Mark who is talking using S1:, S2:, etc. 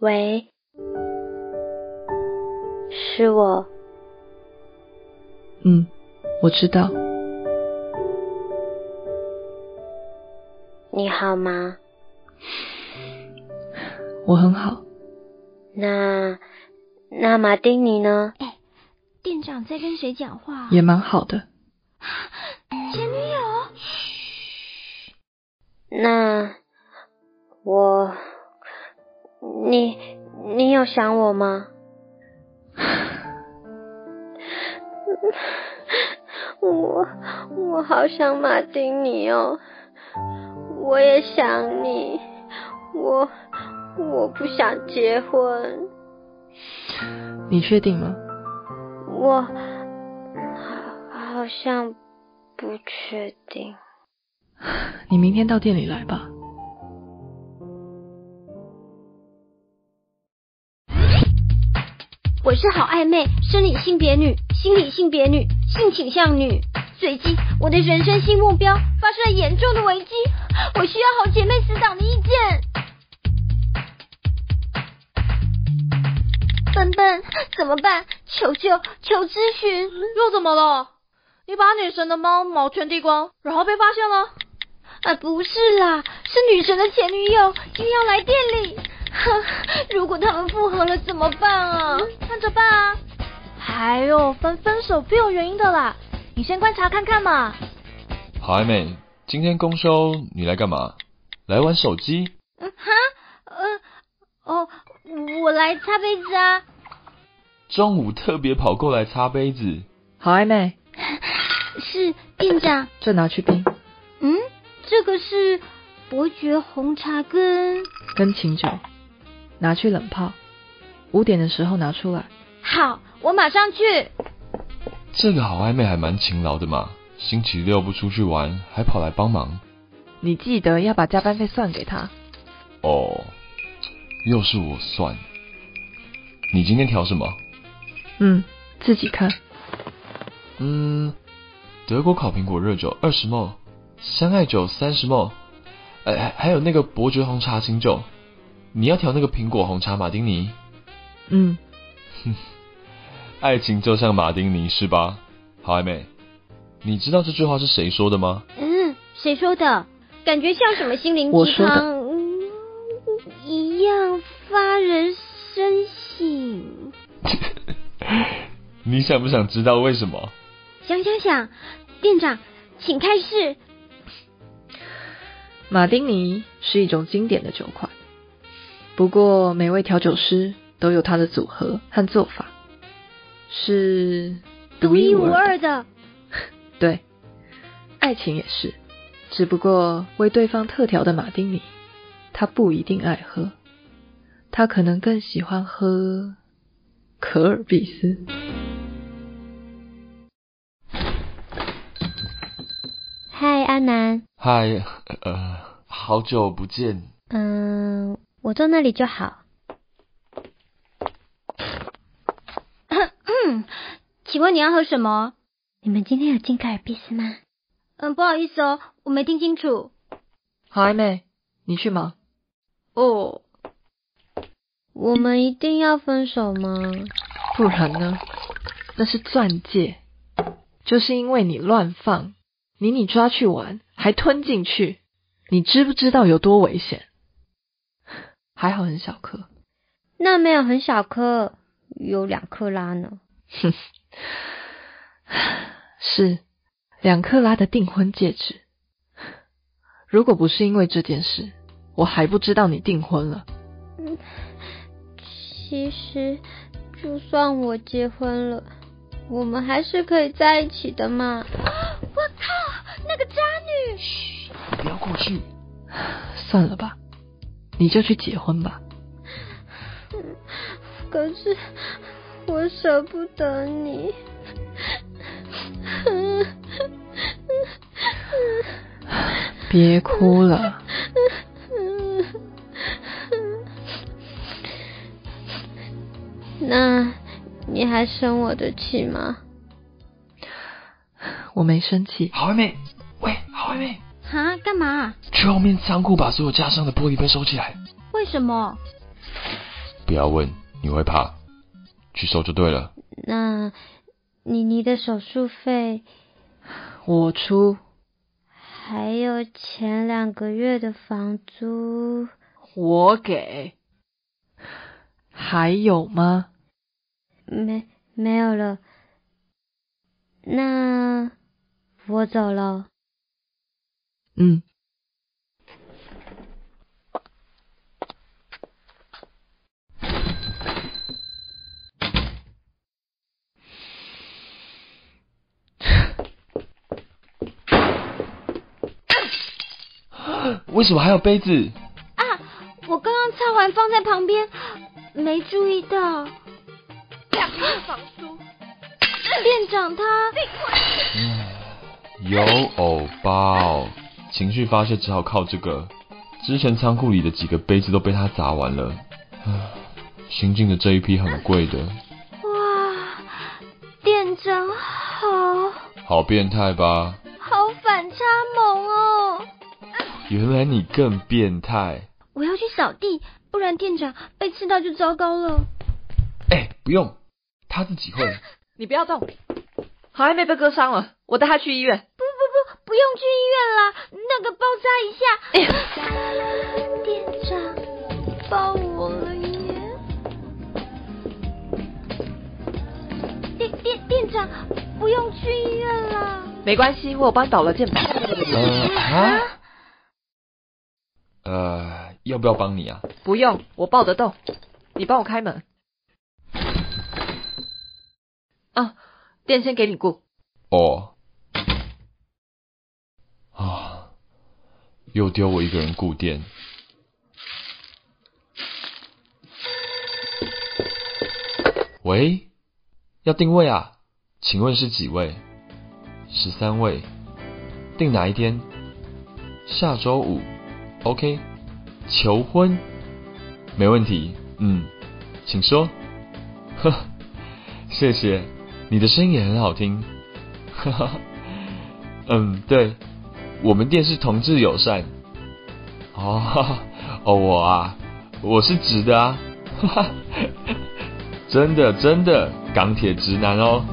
S1: 喂，是我，
S2: 嗯，我知道。
S1: 你好吗？
S2: 我很好。
S1: 那那马丁尼呢？
S3: 店长在跟谁讲话？
S2: 也蛮好的。
S3: 前女友？
S1: 那我，你你有想我吗？ 我我好想马丁尼哦，我也想你，我我不想结婚，
S2: 你确定吗？
S1: 我好好像不确定。
S2: 你明天到店里来吧。
S3: 我是好暧昧，生理性别女，心理性别女，性倾向女。最近我的人生新目标发生了严重的危机，我需要好姐妹死党的意见。笨笨，怎么办？求救，求咨询。
S4: 嗯又怎么了？你把女神的猫毛全剃光，然后被发现了？
S3: 啊，不是啦，是女神的前女友今天要来店里。 哼，如果他们复合了怎么办啊？
S4: 看着办啊！还有分分手必有原因的啦，你先观察看看嘛。
S5: 好暧昧，今天公休，你来干嘛？来玩手机？
S3: 嗯哈，呃，哦，我来擦杯子啊。
S5: 中午特别跑过来擦杯子，
S2: 好暧昧，
S3: 是店长，
S2: 这拿去冰，
S3: 嗯，这个是伯爵红茶跟
S2: 跟琴酒，拿去冷泡，五点的时候拿出来。
S3: 好，我马上去。
S5: 这个好暧昧还蛮勤劳的嘛。星期六不出去玩，还跑来帮忙。
S2: 你记得要把加班费算给他。
S5: 哦，又是我算。你今天调什么？
S2: 嗯，自己看。
S5: 嗯，德国烤苹果热酒二十 ml，香艾酒三十 ml，哎，还还有那个伯爵红茶清酒。你要调那个苹果红茶马丁尼。
S2: 嗯，
S5: 爱情就像马丁尼是吧？好暧昧，你知道这句话是谁说的吗？
S3: 嗯，谁说的？感觉像什么心灵
S2: 我
S3: 鸡
S2: 说的
S3: 汤、嗯、一样发人深省。
S5: 你想不想知道为什么？
S3: 想想想，店长，请开始。
S2: 马丁尼是一种经典的酒款，不过每位调酒师都有他的组合和做法，是
S3: 独一无
S2: 的
S3: 二的，
S2: 对，爱情也是，只不过为对方特调的马丁尼，他不一定爱喝，他可能更喜欢喝可尔必斯。
S1: 嗨，阿南，
S5: 嗨，呃，好久不见。
S1: 嗯，我坐那里就好。
S3: 请问你要喝什么？
S1: 你们今天有进可尔必斯吗？
S3: 嗯，不好意思哦，我没听清楚。
S2: 好，暧昧，你去忙。
S4: 哦，
S1: 我们一定要分手吗？
S2: 不然呢？那是钻戒，就是因为你乱放，你你抓去玩，还吞进去，你知不知道有多危险？ 还好很小颗，
S1: 那没有很小颗，有两克拉呢。
S2: 是两克拉的订婚戒指。如果不是因为这件事，我还不知道你订婚了。
S1: 其实，就算我结婚了，我们还是可以在一起的嘛。
S3: 那个渣女，
S5: 不要过去。
S2: 算了吧，你就去结婚吧。
S1: 可是我舍不得你。
S2: 别哭了，
S1: 那你还生我的气吗？
S2: 我没生气。
S5: 好暧昧，喂，好暧昧，
S3: 哈，干嘛？
S5: 去后面仓库把所有架上的玻璃杯收起来。
S3: 为什么？
S5: 不要问，你会怕，去收就对了。
S3: 那妮妮的手术费，
S2: 我出，
S3: 还有前两个月的房租，
S2: 我给。还有吗？
S3: 没没有了。那我走了。
S2: 嗯，
S5: 为什么还有杯子？
S3: 我刚刚擦完放在旁边，没注意到。
S4: 两个月房租，
S3: 店长他
S5: 有偶包，情绪发泄只好靠这个。之前仓库里的几个杯子都被他砸完了，唉新进的这一批很贵的，
S3: 哇，店长好
S5: 好变态吧？
S3: 好反差萌哦！
S5: 原来你更变态。
S3: 我要去扫地，不然店长被吃到就糟糕了。
S5: 哎、不用，他自己会。
S2: 你不要动，好还没被割伤了，我带他去医院。
S3: 不用去医院啦，那个包扎一下。店长抱我了耶！店店店长不用去医院啦。
S2: 没关系，我有帮你导了健保。
S5: 呃啊？呃，要不要帮你啊？
S2: 不用，我抱得动。你帮我开门。啊，店先给你雇。
S5: 哦，啊，又丢我一个人顾店。喂，要定位啊？请问是几位？十三位。定哪一天？下周五。OK。求婚？没问题。嗯，请说。 呵，谢谢，你的声音也很好听。哈哈， 嗯，对，我们店是同志友善。哦， 哈哈哦，我啊，我是 直的啊，哈哈，真的真的，钢铁直男哦。